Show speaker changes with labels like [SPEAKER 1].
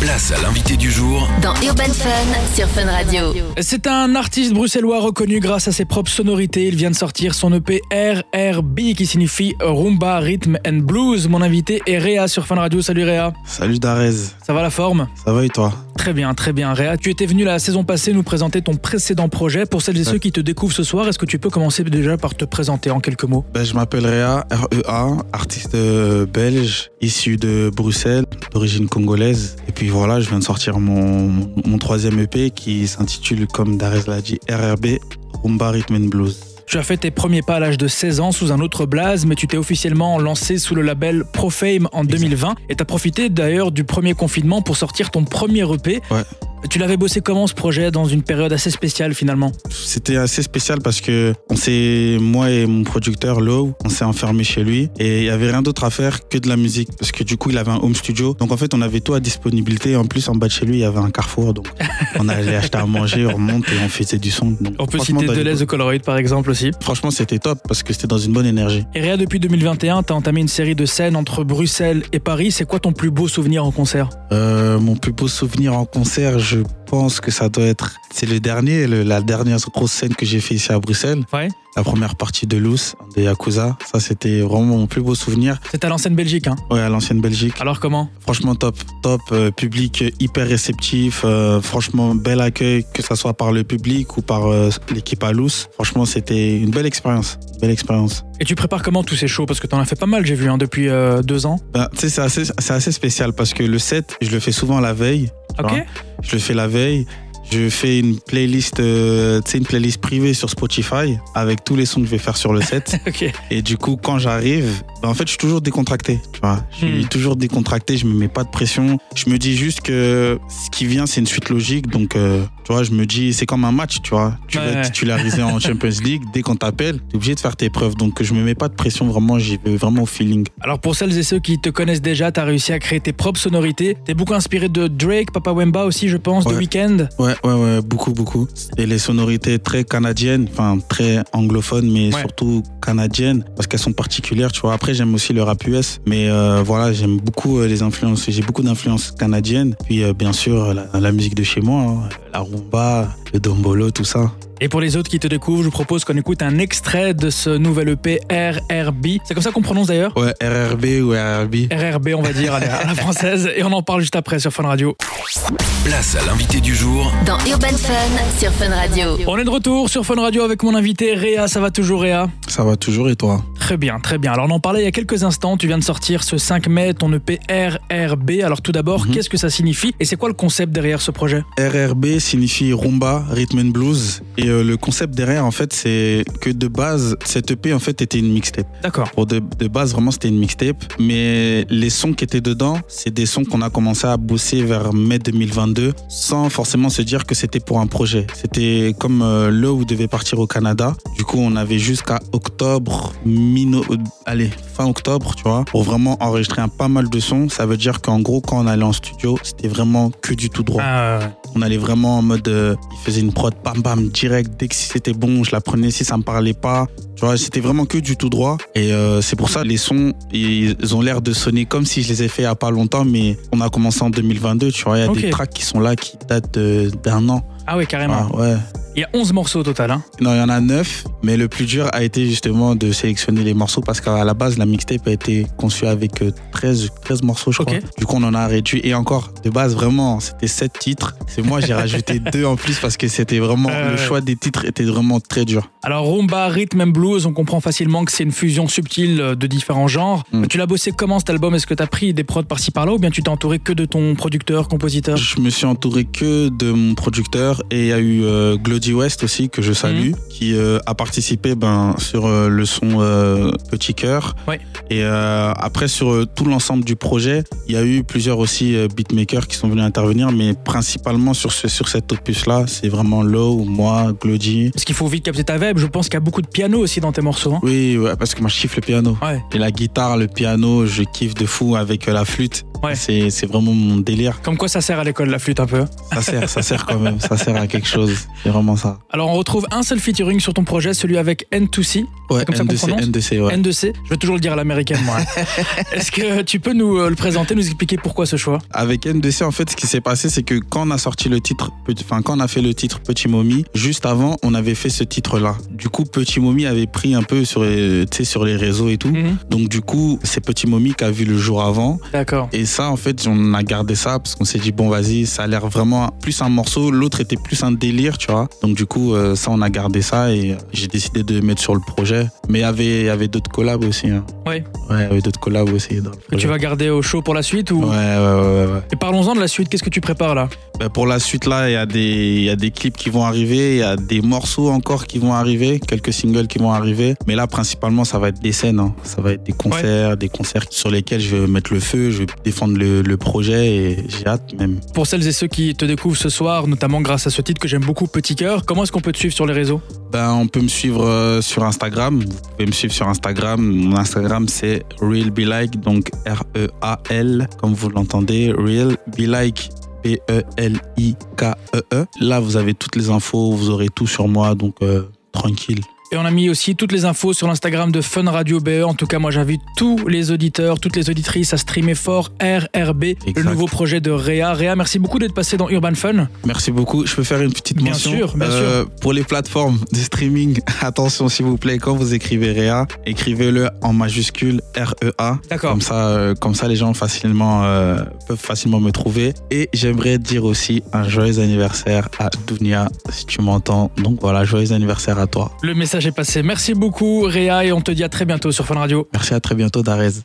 [SPEAKER 1] Place à l'invité du jour
[SPEAKER 2] Dans Urban Fun sur Fun Radio.
[SPEAKER 3] C'est un artiste bruxellois reconnu grâce à ses propres sonorités. Il vient de sortir son E EP RRB qui signifie Rumba, Rhythm and Blues. Mon invité est Réa sur Fun Radio. Salut Réa,
[SPEAKER 4] Salut Darez,
[SPEAKER 3] ça va la forme
[SPEAKER 4] ça va et toi
[SPEAKER 3] Très bien, très bien Réa. Tu étais venu la saison passée nous présenter ton précédent projet. Pour celles et ceux qui te découvrent ce soir, est-ce que tu peux commencer déjà par te présenter en quelques mots
[SPEAKER 4] ben, Je m'appelle Réa, REA, artiste euh, belge, issu de Bruxelles, d'origine congolaise. Et puis voilà, je viens de sortir mon, mon troisième EP qui s'intitule, comme Darez l'a dit, RRB, Rumba Rhythm and Blues.
[SPEAKER 3] Tu as fait tes premiers pas à l'âge de 16 ans sous un autre blaze, mais tu t'es officiellement lancé sous le label Profame en 2020 et t'as profité d'ailleurs du premier confinement pour sortir ton premier EP.
[SPEAKER 4] Ouais.
[SPEAKER 3] Tu l'avais bossé comment ce projet dans une période assez spéciale finalement
[SPEAKER 4] C'était assez spécial parce que on s'est, moi et mon producteur Low, on s'est enfermé chez lui et il y avait rien d'autre à faire que de la musique parce que du coup il avait un home studio. Donc en fait on avait tout à disponibilité. En plus en bas de chez lui il y avait un carrefour donc on allait acheter à manger, on remonte et on faisait du son. Donc,
[SPEAKER 3] On peut
[SPEAKER 4] franchement,
[SPEAKER 3] citer
[SPEAKER 4] dans les-
[SPEAKER 3] Deleuze ou Coloroid par exemple aussi.
[SPEAKER 4] Franchement c'était top parce que c'était dans une bonne énergie.
[SPEAKER 3] Et Réa, depuis 2021, t'as entamé une série de scènes entre Bruxelles et Paris. C'est quoi ton plus beau souvenir en concert
[SPEAKER 4] Euh, mon plus beau souvenir en concert, je pense que ça doit être. C'est le dernier, le- la dernière grosse scène que j'ai fait ici à Bruxelles.
[SPEAKER 3] Ouais.
[SPEAKER 4] La première partie de Loose, de Yakuza. Ça, c'était vraiment mon plus beau souvenir.
[SPEAKER 3] C'était à l'ancienne Belgique, hein
[SPEAKER 4] Ouais, à l'ancienne Belgique.
[SPEAKER 3] Alors comment
[SPEAKER 4] Franchement, top, top. euh, public hyper réceptif. euh, franchement, bel accueil, que ça soit par le public ou par euh, l'équipe à Loose. Franchement, c'était une belle expérience. une Belle expérience.
[SPEAKER 3] Et tu prépares comment tous ces shows Parce que t'en as fait pas mal, j'ai vu, hein, depuis euh, deux ans.
[SPEAKER 4] Ben, tu sais, c'est assez, c'est assez spécial parce que le set, je le fais souvent la veille. tu
[SPEAKER 3] Ok
[SPEAKER 4] vois. je le fais la veille. Je fais une playlist, euh, tu sais, une playlist privée sur Spotify avec tous les sons que je vais faire sur le set.
[SPEAKER 3] Ok.
[SPEAKER 4] Et du coup, quand j'arrive, ben, en fait, je suis toujours décontracté. Tu vois, je suis
[SPEAKER 3] Hmm.
[SPEAKER 4] toujours décontracté. Je me mets pas de pression. Je me dis juste que ce qui vient, c'est une suite logique. Donc, euh, tu vois, je me dis, c'est comme un match. Tu vois, tu
[SPEAKER 3] Ouais,
[SPEAKER 4] vas
[SPEAKER 3] ouais.
[SPEAKER 4] être titularisé en Champions League. Dès qu'on t'appelle, t'es obligé de faire tes preuves. Donc, je me mets pas de pression. Vraiment, j'y vais vraiment au feeling.
[SPEAKER 3] Alors pour celles et ceux qui te connaissent déjà, t'as réussi à créer tes propres sonorités. T'es beaucoup inspiré de Drake, Papa Wemba aussi, je pense, de
[SPEAKER 4] Ouais.
[SPEAKER 3] Weeknd.
[SPEAKER 4] Ouais, ouais, ouais, beaucoup, beaucoup. Et les sonorités très canadiennes, enfin très anglophones, mais
[SPEAKER 3] Ouais.
[SPEAKER 4] surtout canadiennes, parce qu'elles sont particulières, tu vois. Après, j'aime aussi le rap US, mais euh, voilà, j'aime beaucoup euh, les influences. J'ai beaucoup d'influences canadiennes. Puis, euh, bien sûr, la, la musique de chez moi, hein, la rumba, le dombolo, tout ça.
[SPEAKER 3] Et pour les autres qui te découvrent, je vous propose qu'on écoute un extrait de ce nouvel E EP RRB. C'est comme ça qu'on prononce d'ailleurs
[SPEAKER 4] Ouais, RRB ou RRB.
[SPEAKER 3] RRB, on va dire, à la à la française. Et on en parle juste après sur Fun Radio.
[SPEAKER 1] Place à l'invité du jour
[SPEAKER 2] Dans Urban Fun sur Fun Radio.
[SPEAKER 3] On est de retour sur Fun Radio avec mon invité Réa. Ça va toujours, Réa
[SPEAKER 4] Ça va toujours et toi
[SPEAKER 3] Très bien, très bien. Alors on en parlait il y a quelques instants. Tu viens de sortir ce 5 mai ton E EP RRB. Alors tout d'abord,
[SPEAKER 4] Mhm.
[SPEAKER 3] qu'est-ce que ça signifie et c'est quoi le concept derrière ce projet
[SPEAKER 4] RRB signifie rumba, rhythm and blues. Et euh, le concept derrière, en fait, c'est que de base, cette EP, en fait, était une mixtape.
[SPEAKER 3] D'accord.
[SPEAKER 4] Pour de, de base, vraiment, c'était une mixtape. Mais les sons qui étaient dedans, c'est des sons qu'on a commencé à bosser vers mai 2022, sans forcément se dire que c'était pour un projet. C'était comme euh, là où devait partir au Canada. Du coup, on avait jusqu'à octobre, mino- euh, allez, fin octobre, tu vois, pour vraiment enregistrer un pas mal de sons. Ça veut dire qu'en gros, quand on allait en studio, c'était vraiment que du tout droit.
[SPEAKER 3] Ah, ouais, ouais.
[SPEAKER 4] On allait vraiment en mode, euh, il faisait une prod, bam bam, direct. Dès que si c'était bon, je la prenais. Si ça me parlait pas, tu vois, c'était vraiment que du tout droit. Et euh, c'est pour ça les sons, ils ont l'air de sonner comme si je les ai fait il y a pas longtemps, mais on a commencé en 2022. Tu vois, il y a
[SPEAKER 3] Ok.
[SPEAKER 4] des tracks qui sont là qui datent de- d'un an.
[SPEAKER 3] Ah oui, carrément.
[SPEAKER 4] Ah, ouais.
[SPEAKER 3] Il y a 11 morceaux au total. Hein.
[SPEAKER 4] Non, il y en a neuf, mais le plus dur a été justement de sélectionner les morceaux parce qu'à la base, la mixtape a été conçue avec euh, 13, 13 morceaux, je
[SPEAKER 3] Ok.
[SPEAKER 4] crois. Du coup, on en a réduit. Et encore, de base, vraiment, c'était 7 titres. C'est moi, j'ai rajouté deux en plus parce que c'était vraiment.
[SPEAKER 3] Euh, ouais.
[SPEAKER 4] le choix des titres était vraiment très dur.
[SPEAKER 3] Alors rumba, rhythm and blues, on comprend facilement que c'est une fusion subtile euh, de différents genres.
[SPEAKER 4] Mm.
[SPEAKER 3] Tu l'as bossé comment cet album Est-ce que t'as pris des prods par-ci par-là ou bien tu t'es entouré que de ton producteur, compositeur
[SPEAKER 4] Je me suis entouré que de mon producteur et il y a eu euh, Glody West aussi, que je salue,
[SPEAKER 3] Mhm.
[SPEAKER 4] qui euh, a participé ben, sur euh, le son euh, Petit Cœur.
[SPEAKER 3] Ouais.
[SPEAKER 4] Et euh, après, sur euh, tout l'ensemble du projet, il y a eu plusieurs aussi euh, beatmakers qui sont venus intervenir, mais principalement sur, ce, sur cet opus-là, c'est vraiment Low, moi, Glody.
[SPEAKER 3] Parce qu'il faut vite capter ta vibe. Je pense qu'il y a beaucoup de piano aussi dans tes morceaux. hein.
[SPEAKER 4] Oui, ouais, parce que moi, je kiffe le piano.
[SPEAKER 3] Ouais.
[SPEAKER 4] Et la guitare, le piano, je kiffe de fou avec euh, la flûte.
[SPEAKER 3] Ouais.
[SPEAKER 4] C'est c'est vraiment mon délire.
[SPEAKER 3] Comme quoi ça sert à l'école la flûte un peu.
[SPEAKER 4] Ça sert, ça sert quand même, ça sert à quelque chose. C'est vraiment ça.
[SPEAKER 3] Alors on retrouve un seul featuring sur ton projet, ce celui avec N2C,
[SPEAKER 4] Ouais,
[SPEAKER 3] comme ça qu'on
[SPEAKER 4] NDC,
[SPEAKER 3] prononce
[SPEAKER 4] NDC, ouais.
[SPEAKER 3] N2C. Je vais toujours le dire à l'américaine, moi. Est-ce que tu peux nous euh, le présenter, nous expliquer pourquoi ce choix
[SPEAKER 4] Avec NDC, en fait, ce qui s'est passé, c'est que quand on a sorti le titre, Petit- enfin, quand on a fait le titre Petit Mommy, juste avant, on avait fait ce titre-là. Du coup, Petit Mommy avait pris un peu sur les, tu sais, sur les réseaux et tout.
[SPEAKER 3] Mhm.
[SPEAKER 4] Donc, du coup, c'est Petit Mommy qui a vu le jour avant.
[SPEAKER 3] D'accord.
[SPEAKER 4] Et ça, en fait, on a gardé ça parce qu'on s'est dit, bon, vas-y, ça a l'air vraiment plus un morceau. L'autre était plus un délire, tu vois. Donc, du coup, euh, ça, on a gardé ça et euh, j'ai décidé de le mettre sur le projet. Mais il y avait, il y avait d'autres collabs aussi. hein.
[SPEAKER 3] Ouais.
[SPEAKER 4] Ouais, il y avait d'autres collabs aussi. dans le
[SPEAKER 3] Que tu
[SPEAKER 4] projet.
[SPEAKER 3] vas garder au show pour la suite ou...
[SPEAKER 4] Ouais, ouais, ouais, ouais. ouais.
[SPEAKER 3] Et parlons-en de la suite, qu'est-ce que tu prépares là
[SPEAKER 4] Bah, pour la suite, là, il y, a des- il y a des clips qui vont arriver, il y a des morceaux encore qui vont arriver, quelques singles qui vont arriver. Mais là, principalement, ça va être des scènes. hein. Ça va être des concerts, des concerts sur lesquels je vais mettre le feu, je vais défendre le, le projet et j'ai hâte même.
[SPEAKER 3] Pour celles et ceux qui te découvrent ce soir, notamment grâce à ce titre que j'aime beaucoup, Petit Cœur, comment est-ce qu'on peut te suivre sur les réseaux
[SPEAKER 4] Ben, on peut me suivre euh, sur Instagram. Vous pouvez me suivre sur Instagram. Mon Instagram, c'est Real Be Like, donc R-E-A-L, comme vous l'entendez, Real Be Like. E B-E-L-I-K-E-E. E Là, vous avez toutes les infos, vous aurez tout sur moi, donc euh, tranquille.
[SPEAKER 3] Et on a mis aussi toutes les infos sur l'Instagram de Fun Radio BE. En tout cas, moi, j'invite tous les auditeurs, toutes les auditrices à streamer fort RRB, le
[SPEAKER 4] Exact.
[SPEAKER 3] nouveau projet de Réa. Réa, merci beaucoup d'être passé dans Urban Fun.
[SPEAKER 4] Merci beaucoup. Je peux faire une petite
[SPEAKER 3] Bien
[SPEAKER 4] mention euh,
[SPEAKER 3] sûr, bien
[SPEAKER 4] Pour les plateformes de streaming, attention s'il vous plaît, quand vous écrivez Réa, écrivez-le en majuscule E R-E-A.
[SPEAKER 3] D'accord.
[SPEAKER 4] Comme ça, euh, comme ça, les gens facilement, euh, peuvent facilement me trouver. Et j'aimerais dire aussi un joyeux anniversaire à Dunia, si tu m'entends. Donc voilà, joyeux anniversaire à toi.
[SPEAKER 3] Le message est passé. Merci beaucoup, Réa, et on te dit à très bientôt sur Fun Radio.
[SPEAKER 4] Merci, à très bientôt, Darez.